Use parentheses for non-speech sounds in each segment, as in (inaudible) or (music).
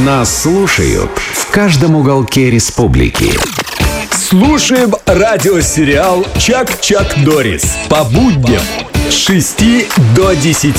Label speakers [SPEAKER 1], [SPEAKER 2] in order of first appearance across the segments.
[SPEAKER 1] Нас слушают в каждом уголке республики.
[SPEAKER 2] Слушаем радиосериал «Чак-Чак Дорис» по будням с 6 до 10.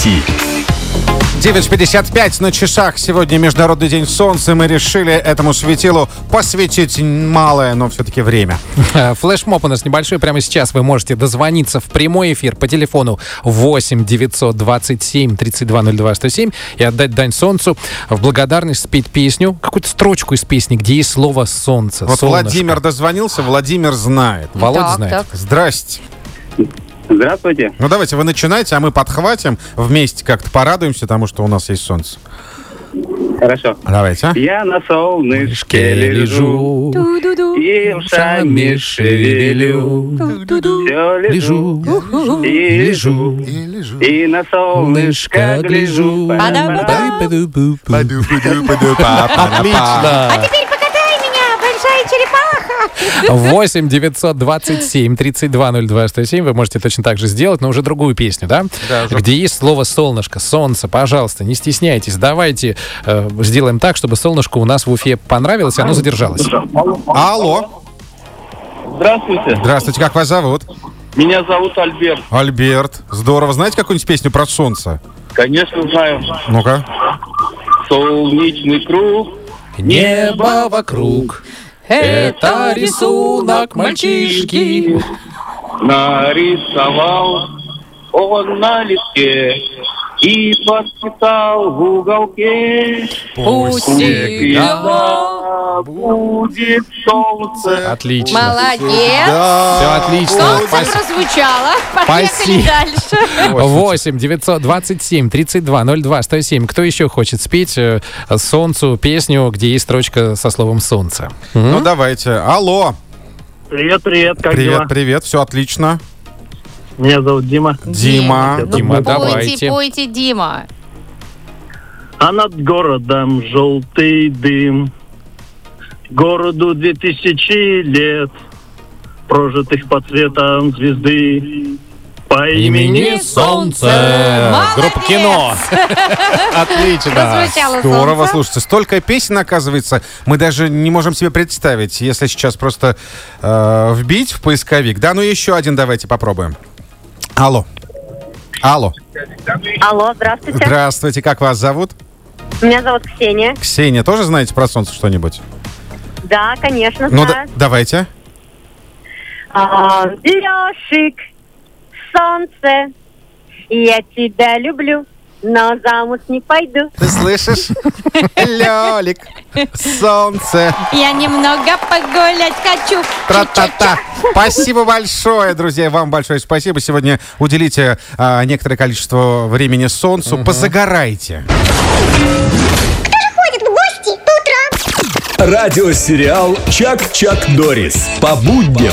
[SPEAKER 3] 9.55 на часах. Сегодня Международный день солнца. Мы решили этому светилу посвятить малое, но все-таки время.
[SPEAKER 4] (laughs) Флешмоб у нас небольшой. Прямо сейчас вы можете дозвониться в прямой эфир по телефону 8 927 3202 107 и отдать дань солнцу. В благодарность спеть песню, какую-то строчку из песни, где есть слово «солнце».
[SPEAKER 3] Вот
[SPEAKER 4] солнышко.
[SPEAKER 3] Владимир дозвонился, Владимир знает.
[SPEAKER 4] Володя
[SPEAKER 5] Так,
[SPEAKER 4] знает.
[SPEAKER 5] так.
[SPEAKER 3] Здрасте.
[SPEAKER 6] Здравствуйте.
[SPEAKER 3] Ну давайте вы начинайте, а мы подхватим вместе как-то порадуемся тому, что у нас есть солнце.
[SPEAKER 6] Хорошо.
[SPEAKER 3] Давайте. а?
[SPEAKER 6] Я на солнышке лежу,
[SPEAKER 5] Ду-ду-ду.
[SPEAKER 6] и ушами шевелю.
[SPEAKER 5] Ду-ду-ду.
[SPEAKER 6] Все лежу,
[SPEAKER 5] Уху.
[SPEAKER 6] и лежу, и на солнышко гляжу.
[SPEAKER 5] Ба-да-ба-да.
[SPEAKER 3] Отлично.
[SPEAKER 5] А теперь покатай меня, большая черепаха.
[SPEAKER 4] 8 927 3202 107 вы можете точно так же сделать, но уже другую песню, да? Где есть слово «солнышко», «солнце», пожалуйста, не стесняйтесь, давайте э, сделаем так, чтобы солнышко у нас в Уфе понравилось, и оно задержалось.
[SPEAKER 3] Алло.
[SPEAKER 6] Здравствуйте.
[SPEAKER 3] Здравствуйте, как вас зовут?
[SPEAKER 6] Меня зовут Альберт.
[SPEAKER 3] Альберт. Здорово. Знаете какую-нибудь песню про солнце?
[SPEAKER 6] Конечно, знаю.
[SPEAKER 3] Ну-ка.
[SPEAKER 6] Солнечный круг.
[SPEAKER 4] Небо вокруг,
[SPEAKER 5] Это рисунок
[SPEAKER 4] мальчишки.
[SPEAKER 6] нарисовал он на листе и подписал в уголке.
[SPEAKER 3] Пусть
[SPEAKER 6] Всегда будет солнце.
[SPEAKER 4] Отлично.
[SPEAKER 5] Молодец.
[SPEAKER 4] Все отлично.
[SPEAKER 5] Солнце
[SPEAKER 4] Спасибо.
[SPEAKER 5] прозвучало. Поехали
[SPEAKER 4] Спасибо.
[SPEAKER 5] дальше.
[SPEAKER 4] 8 927 32 02 107. Кто еще хочет спеть э, солнцу песню, где есть строчка со словом солнце?
[SPEAKER 3] Ну давайте. Алло.
[SPEAKER 6] Привет, привет, как
[SPEAKER 3] Привет, привет. Все отлично.
[SPEAKER 6] Меня зовут Дима.
[SPEAKER 3] Дима.
[SPEAKER 5] Ну,
[SPEAKER 4] Дима,
[SPEAKER 5] пойте,
[SPEAKER 4] давайте.
[SPEAKER 5] пойте, Дима.
[SPEAKER 6] А над городом желтый дым. Городу две тысячи лет, прожитых по цветам звезды. По имени
[SPEAKER 5] Солнце.
[SPEAKER 4] Группа
[SPEAKER 5] Молодец.
[SPEAKER 4] кино. (laughs) Отлично.
[SPEAKER 5] Прозвучало
[SPEAKER 3] Здорово,
[SPEAKER 5] солнце.
[SPEAKER 3] слушайте, столько песен, оказывается, мы даже не можем себе представить, если сейчас просто э, вбить в поисковик. Да, ну еще один давайте попробуем. Алло. Алло.
[SPEAKER 7] Алло, здравствуйте.
[SPEAKER 3] Здравствуйте, как вас зовут?
[SPEAKER 7] Меня зовут Ксения.
[SPEAKER 3] Ксения, тоже знаете про солнце что-нибудь?
[SPEAKER 7] Да, конечно,
[SPEAKER 3] Ну, да-
[SPEAKER 7] знаю.
[SPEAKER 3] давайте.
[SPEAKER 7] А, Лешик, солнце, я тебя люблю, но замуж не пойду.
[SPEAKER 3] Ты (laughs) слышишь? Лёлик, солнце,
[SPEAKER 5] Я немного погулять хочу.
[SPEAKER 3] тра-та-та. Спасибо большое, друзья, вам большое спасибо. Сегодня уделите а, некоторое количество времени солнцу, позагорайте.
[SPEAKER 2] Радиосериал «Чак-Чак Дорис» по будням